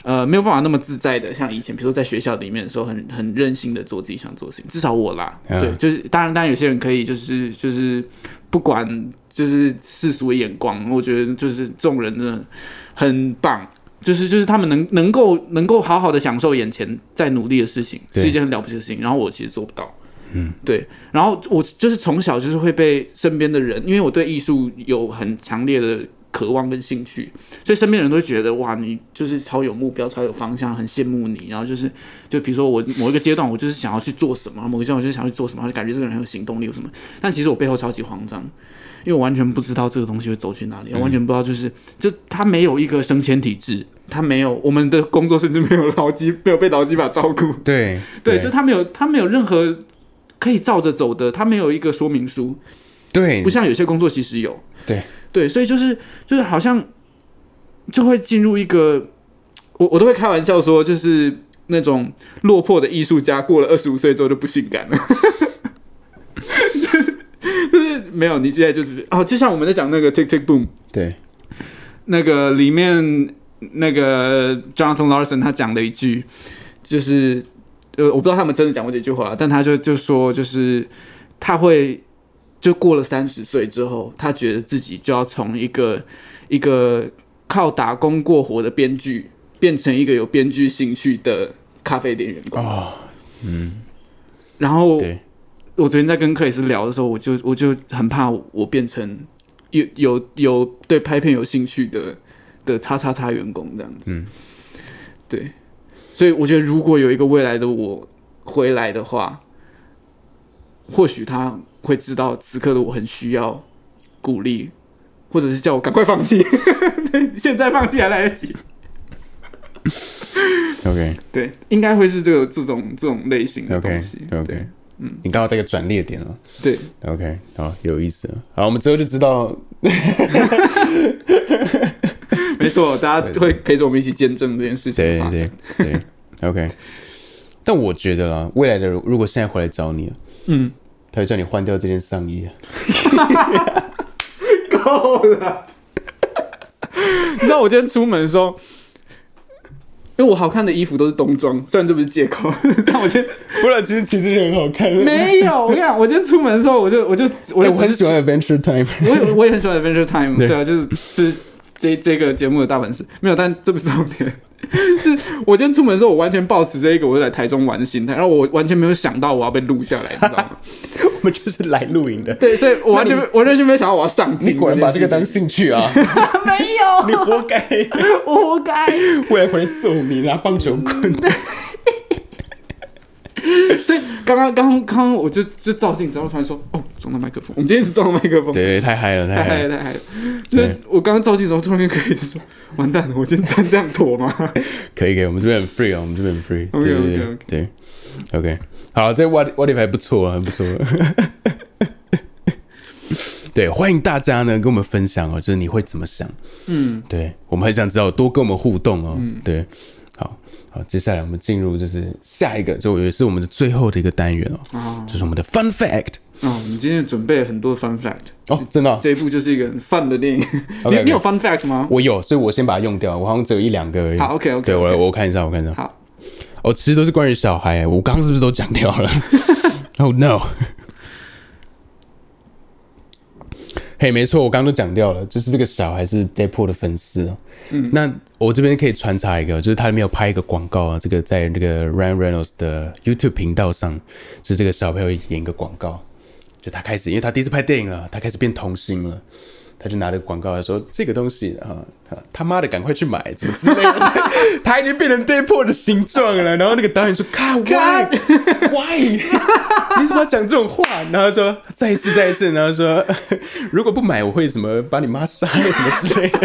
呃没有办法那么自在的，像以前，比如说在学校里面的时候很，很任性的做自己想做的事情，至少我啦，
嗯
对，就是当然，当然有些人可以就是就是不管就是世俗的眼光，我觉得就是这种人真的很棒。就是就是他们能能够能够好好的享受眼前在努力的事情，
对
是一件很了不起的事情。然后我其实做不到，对，然后我就是从小就是会被身边的人，因为我对艺术有很强烈的渴望跟兴趣，所以身边人都会觉得哇，你就是超有目标、超有方向，很羡慕你。然后就是，就比如说我某一个阶段，我就是想要去做什么，某个阶段我就是想要去做什么，就感觉这个人很有行动力，有什么。但其实我背后超级慌张，因为我完全不知道这个东西会走去哪里，我完全不知道，就是就它没有一个升迁体制，它没有我们的工作甚至没有劳基，没有被劳基法照顾。
对
对，就他没有他没有任何可以照着走的，他没有一个说明书，
对
不像有些工作其实有。
对
对，所以就是就是好像就会进入一个，我我都会开玩笑说，就是那种落魄的艺术家过了二十五岁之后就不性感了。 就是没有，你现在就只是哦，就像我们在讲那个 Tick Tick Boom，
对
那个里面那个 Jonathan Larson 他讲的一句，就是呃，我不知道他们真的讲过这句话，但他就就说，就是他会就过了三十岁之后，他觉得自己就要从一个一个靠打工过活的编剧，变成一个有编剧兴趣的咖啡店员工。
哦，
然后
对
我昨天在跟克里斯聊的时候，我就我就很怕我变成有有有对拍片有兴趣的的叉叉叉员工这样子。
嗯，
对，所以我觉得如果有一个未来的我回来的话，或许他会知道此刻的我很需要鼓励，或者是叫我赶快放弃， 对现在放弃还来得及。
，OK
对，应该会是这个这种这种类型的东
OK
西。
OK，嗯，你刚好在一个转捩点了。
对，
OK，好，有意思了。好，我们之后就知道，
没错，大家会陪着我们一起见证这件事情的
对
发展。
对对对，OK。但我觉得啦，未来的如如果现在回来找你，嗯，他会叫你换掉这件上衣啊。
够了。你知道我今天出门的时候，因为我好看的衣服都是冬装，虽然这不是借口， 但我今天
不然，其实其实人很好看。
没 有。我跟你讲，我今天出门的时候我，就我就我
哎，
就
我很喜欢 Adventure Time。
我也我也很喜欢 Adventure Time，
对
对啊，就是是这这个节目的大粉丝。没有，但这不是重点。 是我今天出门的时候，我完全抱持这一个我来台中玩的心态，然后我完全没有想到我要被录下来，你知道 吗？
我们就是来露营的。
对，所以我完全没我完全没有想到我要上
你
镜。
果然把这个当兴趣啊！
没有，
你活 该，
我活该。
未来回来揍你，拿棒球棍。
所以刚刚刚刚刚我就就照镜子，然后突然说，哦，撞到麦克风。我们今天是撞到麦克风，
对，太嗨了，
太
太
嗨
嗨
了
了。
太嗨了。
哎
就是我刚刚照镜子的时候，突然间可以说，完蛋了，我今天穿这样妥吗？
可以可以，我们这边很 free 啊，我们这边很 free。
OK，
对对对
OK，OK
对，OK，好，这 what what if 还不错啊，还不错。 对，欢迎大家呢跟我们分享哦，就是你会怎么想？嗯，对我们很想知道，多跟我们互动哦。对，好好，接下来我们进入就是下一个，就我觉得是我们的最后的一个单元哦，就是我们的 fun fact
哦，你今天准备了很多 fun fact，
哦，真的哦、
这一部就是一个很 fun 的电影。你
OK，OK
你有 fun fact 吗？
我有，所以我先把它用掉，我好像只有一两个而已。
嗯好，OK，OK，
对
OK
我我看一下，我看一下。
好，
哦，其实都是关于小孩，我刚刚是不是都讲 掉了？Oh no！嘿没错，我刚刚都讲掉了，就是这个小孩是 Deadpool 的粉丝哦。那我这边可以穿插一个，就是他里面有拍一个广告啊，这个在那个 Ryan Reynolds 的 YouTube 频道上，就是这个小朋友演一个广告，就他开始，因为他第一次拍电影了，他开始变童星了，他就拿着广告来说这个东西啊，啊他妈的赶快去买，怎么之类的，他已经变成 Deadpool 的形状了。然后那个导演说，God why why，你怎么要讲这种话？然后他说再一次再一次，然后说如果不买我会什么把你妈杀了什么之类的。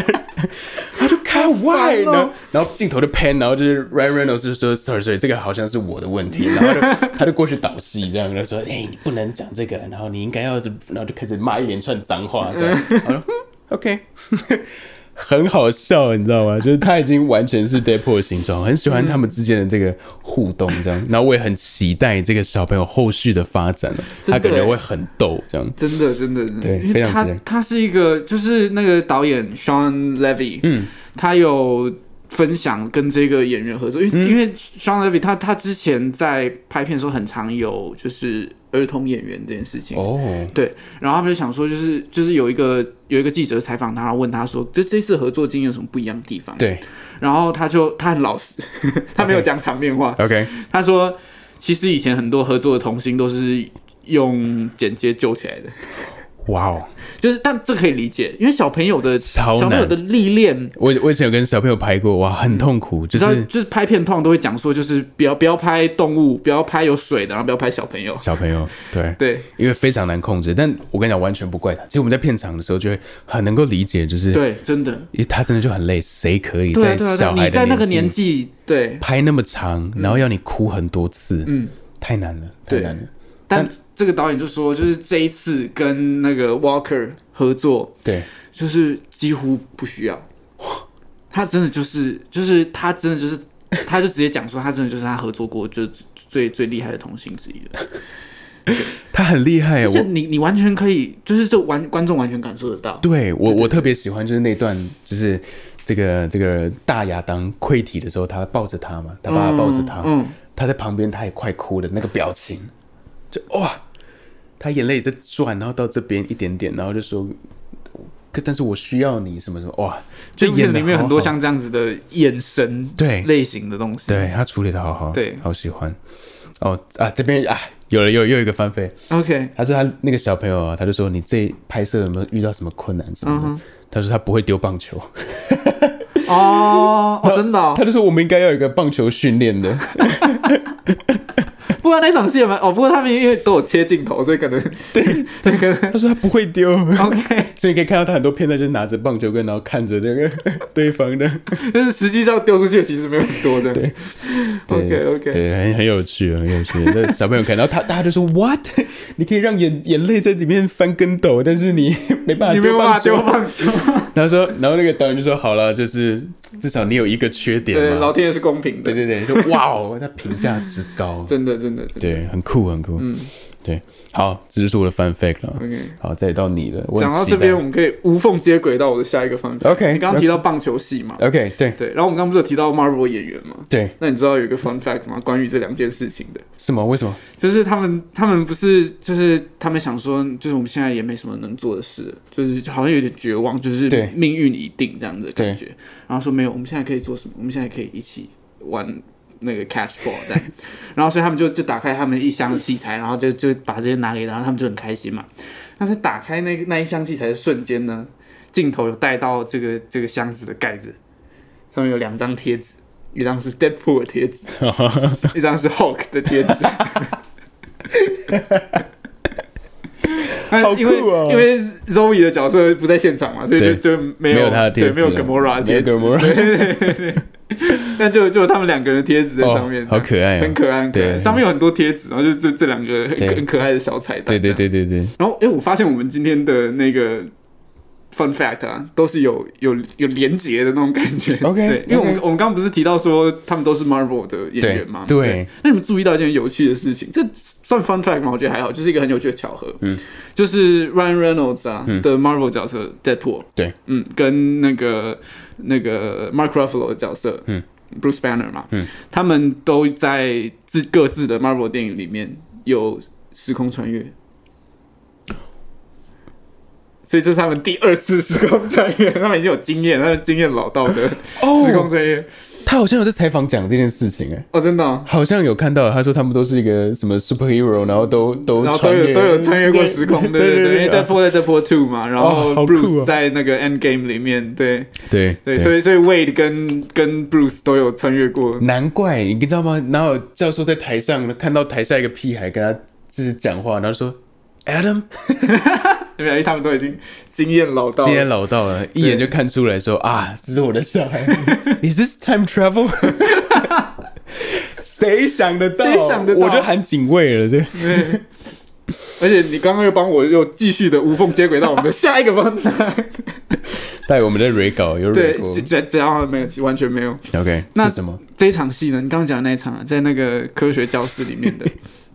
他就 God why，然后然后镜头就 pan，然后就是 Ryan Reynolds 就说 sorry sorry，这个好像是我的问题，然后 就他就过去导戏这样，他说哎、你不能讲这个，然后你应该要，然后就开始骂一连串脏话这 样，我说、嗯、OK，很好笑，你知道吗？就是他已经完全是 Deadpool 的形状，很喜欢他们之间的这个互动这
嗯
样，然后我也很期待这个小朋友后续的发展了，他
真的
感觉
欸
会很逗这样，
真的，真的，真的
对
因为
非常
他
值得
他是一个，就是那个导演 Sean Levy，嗯，他有分享跟这个演员合作，因为、
嗯
因为 Sean Levy 他他之前在拍片的时候很常有就是儿童演员这件事情，
哦，
对，然后他们就想说，就是就是有一个有一个记者采访他，然后问他说，就这次合作经验有什么不一样的地方？，
对
然后他就他很老实， 他没有讲场面话
，OK，
他说其实以前很多合作的童星都是用剪接救起来的。
哇哦。
就是，但这可以理解，因为小朋友的
超难
小朋友的历练，
我我以前有跟小朋友拍过，哇，很痛苦，就
你知道，
是
就是拍片通常都会讲说，就是不要不要拍动物，不要拍有水的，然后不要拍小朋友。
小朋 友，对
对，
因为非常难控制。但我跟你讲，完全不怪他。其实我们在片场的时候就会很能够理解，就是，
对，真的，
因为他真的就很累，谁可以
对啊
在
对啊，对啊
小
你
孩的
在那个
年
年纪，对，
拍那么长，然后要你哭很多次，嗯，太难了，太
对
难了。
但这个导演就说，就是这一次跟那个 Walker 合作，
对，
就是几乎不需要，他真的就是就是他真的就是，他就直接讲说，他真的就是他合作过就最最厉害的童星之一了。
他很厉害，
就
呃我
你你完全可以，就是这完观众完全感受得到。
对我我特别喜欢就是那段就是。这个这个大亚当溃体的时候，他抱着他嘛，他爸爸抱着他，
嗯
他在旁边，他也快哭了，那个表情，就哇，他眼泪也在转，然后到这边一点点，然后就说，可但是我需要你什么什么，哇，
这
就
部
演
片
得
里面有
好
很多
好
像这样子的眼神
对
类型的东西。
对他处理的好好，
对
好喜欢。哦啊，这边啊，有了，又又有一个翻飞，
，OK，
他说他那个小朋友啊，他就说你这拍摄有没有遇到什么困难什
嗯
么的？他说他不会丢棒球，
哦，哦真的哦
他，就说我们应该要有一个棒球训练 的，
不过那场戏也蛮哦，不过他们因为都有切镜头，所以可能对，他 可能
他说他不会丢。
OK，
所以你可以看到他很多片段就是拿着棒球棍，然后看着那 个对方的。
但是实际上丢出去的其实没有很多的。 对，OK
对
OK，
对，很很有趣，很有趣。那小朋友看，然后他大家就说 What？你 可以让眼眼泪在里面翻跟斗，但是你没办
你
法
没有
丢
办
棒
法
球
丢。棒球，
然后说，然后那个导演就说好了，就是至少你有一个缺点
对，老
嘛。
天爷是公平的
对， 对对，就哇哦，他评价之高，
真的真的真的。
对，很酷很酷。嗯，对，好，这就是我的 fan fact 了。
OK
好，再到你了。我很
讲到
期
这边，
待
我们可以无缝接轨到我的下一个方向。
OK，呃
你刚刚提到棒球戏嘛？
OK，对
对，然后我们刚刚不是有提到 Marvel 演员嘛？
对，
那你知道有一个 fun fact 吗？关于这两件事情的，
什么？为什 么？
就是他们他们不是就是他们想说，就是我们现在也没什么能做的事了，就是好像有点绝望，就是
对
命运已定这样子的感觉。然后说没有，我们现在可以做什么？我们现在可以一起玩。那个 catch ball 这样， 然后所以他们就就打开他们一箱的器材，然后就就把这些拿给他，然后他们就很开心嘛。那在打开那那一箱器材的瞬间呢，镜头有带到这个这个箱子的盖子，上面有两张贴纸，一张是 Deadpool 的贴纸，一张是 Hulk 的贴纸。好
酷哦
因为因为 Zoe 的角色不在现场嘛，所以就
对
就没有
没有他的贴纸
对，没有
了
Gamora 的贴纸，
没有 Gamora
对对对对对。但就就有他们两个人的贴纸在上面，
哦好可爱哦
很可爱，很可爱。
对
上面有很多贴纸，然后就这这两个很
对
很可爱的小彩蛋。
对对对对对，
然后，哎、我发现我们今天的那个 fun fact 啊，都是有有有连结的那种感觉。
OK，
对，因为我们
OK
我们刚刚不是提到说他们都是 Marvel 的演员吗？
对对
那你们注意到一件有趣的事情，这算 fun fact 吗？我觉得还好，就是一个很有趣的巧合。嗯，就是 Ryan Reynolds 啊、
嗯
的 Marvel 角色 Deadpool，
对，
嗯，跟那个那个 Mark Ruffalo 的角色，嗯。Bruce Banner 嘛，嗯，他们都在自各自的 Marvel 电影里面有时空穿越，所以这是
哦
他们第二次时空穿越，他们已经有经验，他们经验老道的时空穿越。
他好像有在采访讲这件事情哎、
哦，真的哦、
好像有看到，他说他们都是一个什么 superhero，然后都都
然后都
穿
有
越
都有穿越过时空，对
对
对
对
对，因
对
为在 Deadpool 在 Deadpool Two 嘛，然后
哦好酷哦
Bruce 在那个 End Game 里面，对
对嗯
对，所以所以 Wade 跟跟 Bruce 都有穿越过，
难怪你知道吗？然后教授在台上看到台下一个屁孩跟他就是讲话，然后说 Adam
哦因为他们都已经经验老道了，
今天老道了，一眼就看出来说啊，这是我的小 孩，Is this time travel？谁想得到？
谁想得到
我就喊警卫了，这
而且你刚刚又帮我又继续的无缝接轨到我们的下一个方 向，
带我们的 re 稿有 re
对
过，
这这样没有完全没有。
，OK，
那
是什么？
这一场戏呢？你刚刚讲的那一场啊，在那个科学教室里面的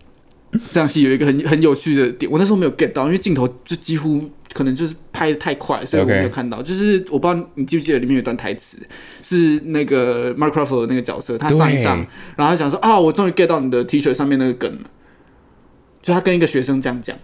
这场戏有一个很很有趣的点，我那时候没有 get 到，因为镜头就几乎可能就是拍的太快，所以我
OK
没有看到。就是我不知道你记不记得里面有一段台词，是那个 Mark Ruffalo 的那个角色，他上一上，然后他讲说啊，我终于 get 到你的 T 恤上面那个梗了，就他跟一个学生这样讲，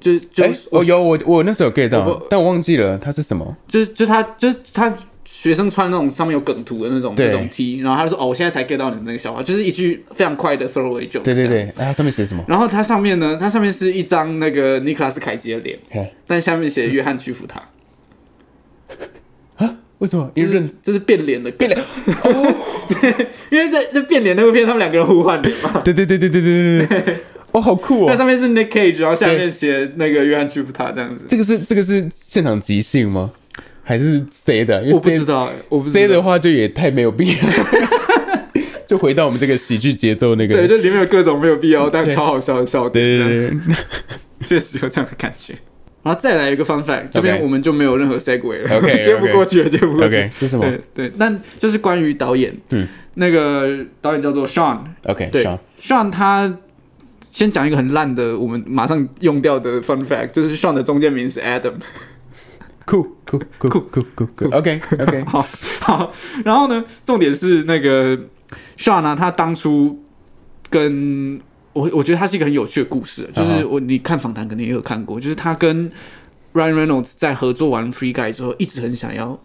就就、
哎、我有我我那时候有 get
我
到
不，
但我忘记了它是什么。
就是就他就是他学生穿那种上面有梗图的那种
对
那种 T，然后他就说哦，我现在才 get 到你的那个笑话，就是一句非常快的 throwaway joke。
对对。对，那、它上面写什么？
然后它上面呢，它上面是一张那个尼克拉斯凯奇的脸，
嘿
但下面写约翰屈服他，
为什么？一
就 是
认
就是变脸的变脸。 对，因为在在变脸那部片，他们两个人互换脸嘛。
对对对对对对对 对，哦，好酷
那
哦！
上面是 Nick Cage，然后下面写那个约翰屈服他这样子。
这个是这个是现场即兴吗？还是塞的？因为
我不
塞
知道欸，我不
塞
知
的
道。
话就也太没有必 要。就回到我们这个喜剧节奏那个，
对，就里面有各种没有必要但
对
超好笑的笑点。
对对对 对
确实有这样的感觉。然后再来一个 fun fact，这边
OK
我们就没有任何 segue 了
OK，OK
接不过去了，接不过去。
OK，是什么
对对，但就是关于导演，
嗯，
那个导演叫做 Sean，
，OK，
对
爽，
哎，Sean 他先讲一个很烂的，我们马上用掉的 fun fact，就是 Sean 的中间名是 Adam。
酷酷酷酷酷酷酷，OK OK，
好，好，然后呢，重点是那个 Sean 呢、他当初跟我，我觉得他是一个很有趣的故事，
嗯
就是我你看访谈肯定也有看过，就是他跟 Ryan Reynolds 在合作完 Free Guy 之后，一直很想要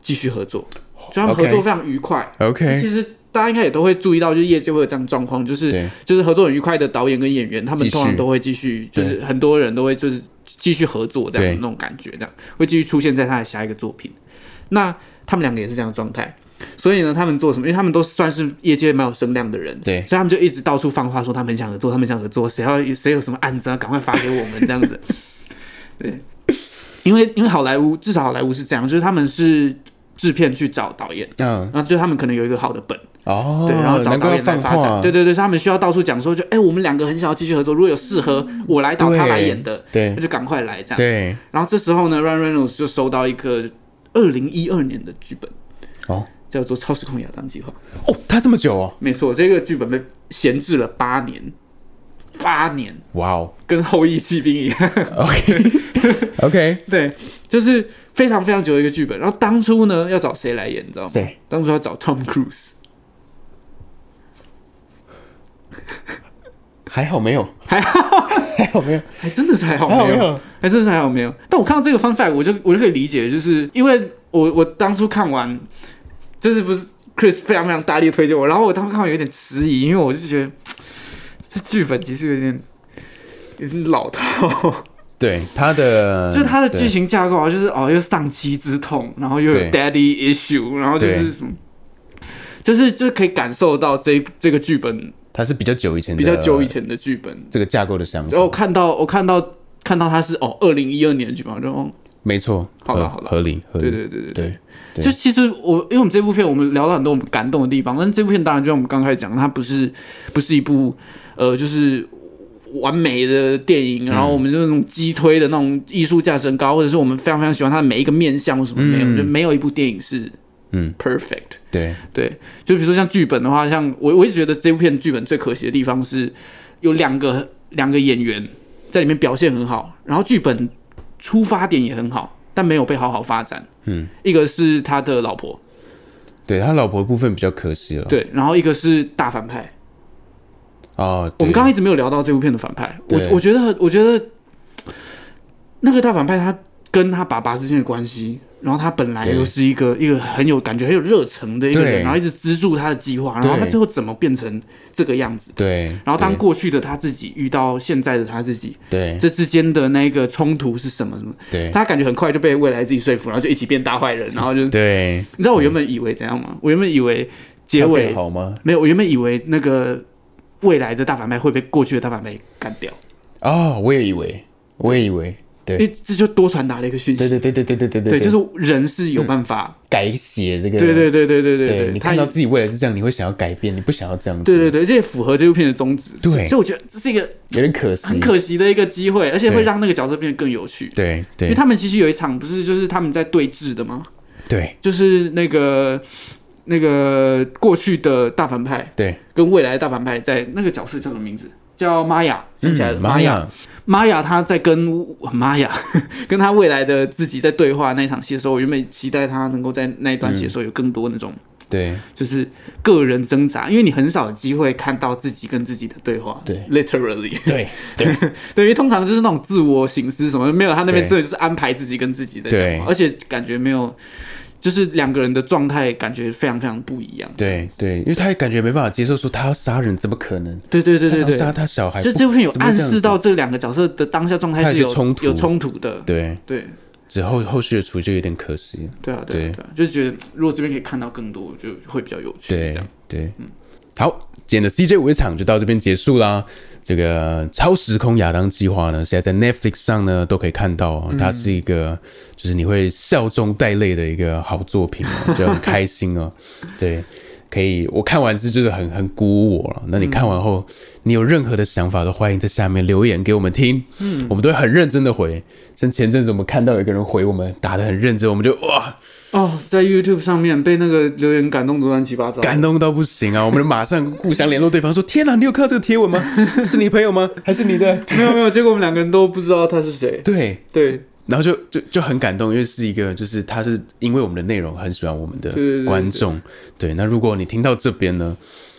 继续合作，就他们合
OK
作非常愉快。
OK
其实大家应该也都会注意到，就是业界会有这样的状况，就是
对
就是合作很愉快的导演跟演员，他们
继续
通常都会继续，就
对
是很多人都会就是继续合作这样
对
那种感觉，这样会继续出现在他的下一个作品。那他们两个也是这样的状态。所以呢，他们做什么？因为他们都算是业界蛮有声量的人，
对
所以他们就一直到处放话说他们很想合作，他们很想合作，谁要谁有什么案子啊，赶快发给我们这样 子。对，因为因为好莱坞至少好莱坞是这样，就是他们是制片去找导演，
嗯，
然后就他们可能有一个好的本，
哦，
对，然后找
难
导
怪
演
要放
来发展，
话，
对对对，所以他们需要到处讲说，就哎、我们两个很想要继续合作，如果有适合我来导，
对
他来演的，
对
那就赶快来这样。
对，
然后这时候呢，Ryan Reynolds 就收到一个二零一二年的剧本，
哦
叫做《超时空亚当计划》。
哦，他这么久哦，
没错，这个剧本被闲置了八年，八年，
哇哦
跟《后羿弃兵》一样。
，OK OK，
对，就是非常非常久的一个剧本。然后当初呢，要找谁来演，你知道吗？
谁？
当初要找 Tom Cruise，
还好没有，
还好，
还好没有，
还哎真的是还好
还好
没
哎没
有
有，
还哎真的是还好没有。但我看到这个 fun fact，我就我就可以理解，就是因为我我当初看完，就是不是 Chris 非常非常大力地推荐我，然后我当时看完有点迟疑，因为我就觉得这剧本其实有点有点老套。
对他的，
就它的
对
剧情架构啊，就是哦，又丧妻之痛，然后又有
对
daddy issue，然后就是
对
什么，就是就可以感受到这这个剧本
它是比较久以前的，
比较久以前哦的剧本。
这个架构的想法
然后。我看到我看到看到它是哦，二零一二年的剧本，我就哦，
没错，
好了
合
好了
合理，合理，
对对对对对
对对
就其实我因为我们这部片我们聊到很多我们感动的地方，但是这部片当然就像我们刚开始讲，它不是不是一部呃就是完美的电影，然后我们就是那种击推的那种艺术价值很高，或者是我们非常非常喜欢它的每一个面向或什么没有，就没有一部电影是
嗯
perfect。
对
对，就比如说像剧本的话，像我我一直觉得这部片剧本最可惜的地方是有两个两个演员在里面表现很好，然后剧本出发点也很好，但没有被好好发展。
嗯，
一个是他的老婆，
对他老婆的部分比较可惜了。
对，然后一个是大反派。
哦，
我
对
们刚刚一直没有聊到这部片的反派，我
对
我觉得我觉得那个大反派他跟他爸爸之间的关系，然后他本来
对
又是一个一个很有感觉、很有热忱的一个
对
人，然后一直资助他的计划，然后他
对
最后怎么变成这个样子？
对，
然后当
对
过去的他自己遇到现在的他自己，
对
这之间的那个冲突是什么什么？
对
他感觉很快就被未来自己说服，然后就一起变大坏 人，然后就
对
你知道我原本以为怎样吗？我原本以为结
他
尾
变好吗？
没有，我原本以为那个未来的大反派会被过去的大反派干掉，
哦，我也以为，我也以为，对
因为这就多传达了一个讯息。
对对对对对对对
对，就是人是有办法。
改写这个，
对对对对对
对
对，
你
他
看
也
到自己未来是这样，你会想要改变，你不想要这样子，
对对对，这也符合这部片的宗旨。
对
所以我觉得这是一个
有点可惜，
很可惜的一个机会，而且会
对
让那个角色变得更有趣。
对
因
对
为他们其实有一场不是就是他们在对峙的吗？
对
就是那个那个过去的大反派
对，
跟未来的大反派在那个角色叫什么名字？叫玛雅，想起来了，
嗯玛雅，
玛雅她在跟玛雅 跟她未来的自己在对话那一场戏的时候，我原本期待她能够在那一段戏的时候有更多那种
对
就是个人挣扎，因为你很少有机会看到自己跟自己的对话，
对
，literally，
对对
对，因为通常就是那种自我醒思什么，没有他那边
对
真的就是安排自己跟自己的讲
对
话，而且感觉没有，就是两个人的状态感觉非常非常不一样。
对对，因为他感觉没办法接受说他要杀人，怎么可能？
对对对对
他想杀
对，
他小孩，
就
不
这部片有
怎么
暗
会这样
示
子
到这两个角色的当下状态
他有
是
些
有
冲突
有冲突的。
对，
对
之后后续的处理就有点可惜，
对啊对啊
对
对啊，就觉得如果这边可以看到更多，就会比较有趣。这
对
样
对，嗯好，今天的 CJ 围场就到这边结束啦。这个超时空亚当计划呢，现在在 Netflix 上呢都可以看到、哦，它是一个就是你会笑中带泪的一个好作品、哦，就很开心 哦。对，可以，我看完是就是很很鼓舞我了。那你看完后，你有任何的想法都欢迎在下面留言给我们听，嗯，我们都会很认真的回。像前阵子我们看到有一个人回我们打的很认真，我们就哇
哦，在 YouTube 上面被那个留言感动得乱七八糟，
感动到不行啊！我们马上互相联络对方说：“天哪，你有看到这个贴文吗？是你朋友吗？还是你的
没有没有，结果我们两个人都不知道他是谁？”。
对，
对，
然后就就就很感动，因为是一个就是他是因为我们的内容很喜欢我们的
对对对
观众。对，那如果你听到这边呢，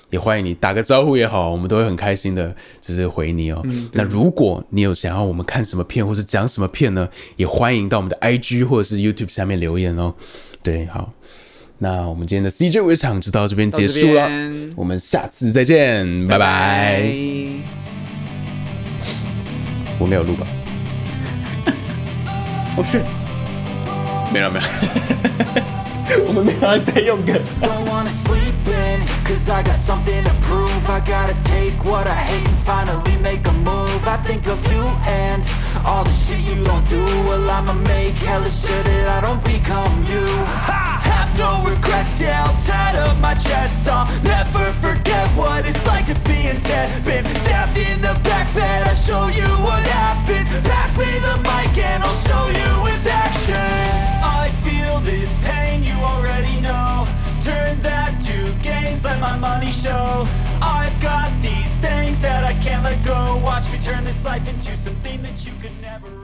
也欢迎你打个招呼也好，我们都会很开心的，就是回你哦。
嗯
那如果你有想要我们看什么片或是讲什么片呢，也欢迎到我们的 IG 或者是 YouTube 下面留言哦。对，好。那我们今天的 CJ 围场就到这边结束
到
了
这边，
我们下次再见，拜拜。我应该有录吧？哦，是，没了没了，我们没有要再用梗。
Don't wanna sleep in, cause I got something to prove. I gotta take what I hate and finally make a move. I think of you and all the shit you don't do. Well, I'ma make hella sure that I don't become you. I have no regrets, yeah, I'll tie up my chest. I'll never forget what it's like to be in debt. Been stabbed in the back bed, I'll show you what happens. Pass me the mic and I'll show you with action. I feel this pain, you already know. Turn that to gains, let my money show. I've got these things that I can't let go. Watch me turn this life into something that you could never.